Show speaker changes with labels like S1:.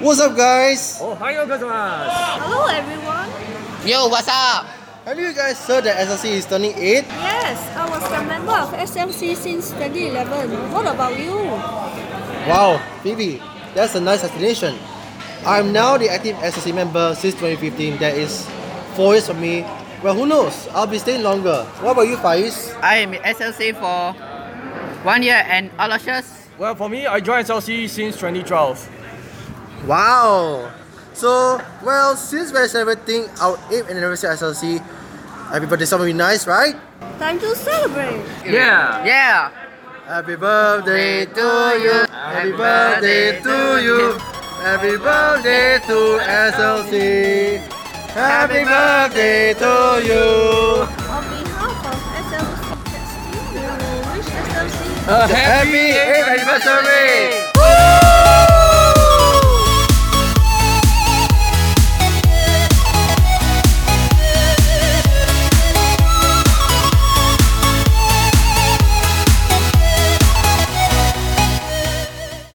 S1: What's up, guys?
S2: Oh, hi, Okazuma.
S3: Hello everyone!
S4: Yo, what's up?
S1: Have you guys heard that SLC is turning 8?
S3: Yes, I was a member of SLC since 2011. What about you?
S1: Wow, Phoebe, that's a nice explanation. I'm now the active SLC member since 2015. That is four years for me. Well, who knows? I'll be staying longer. What about you, Faiz?
S4: I am in SLC for one year and Aloysius.
S2: Well, for me, I joined SLC since 2012.
S1: Wow. So, well, since we're celebrating our 8th anniversary of SLC, everybody, someone be nice, right?
S3: Time to celebrate!
S2: Yeah.
S4: Yeah.
S1: Happy birthday to you. Happy birthday to you. Happy birthday to SLC. Happy birthday to you.
S3: On behalf of SLC 16, we will wish SLC
S2: A Uh,
S1: Happy 8th anniversary.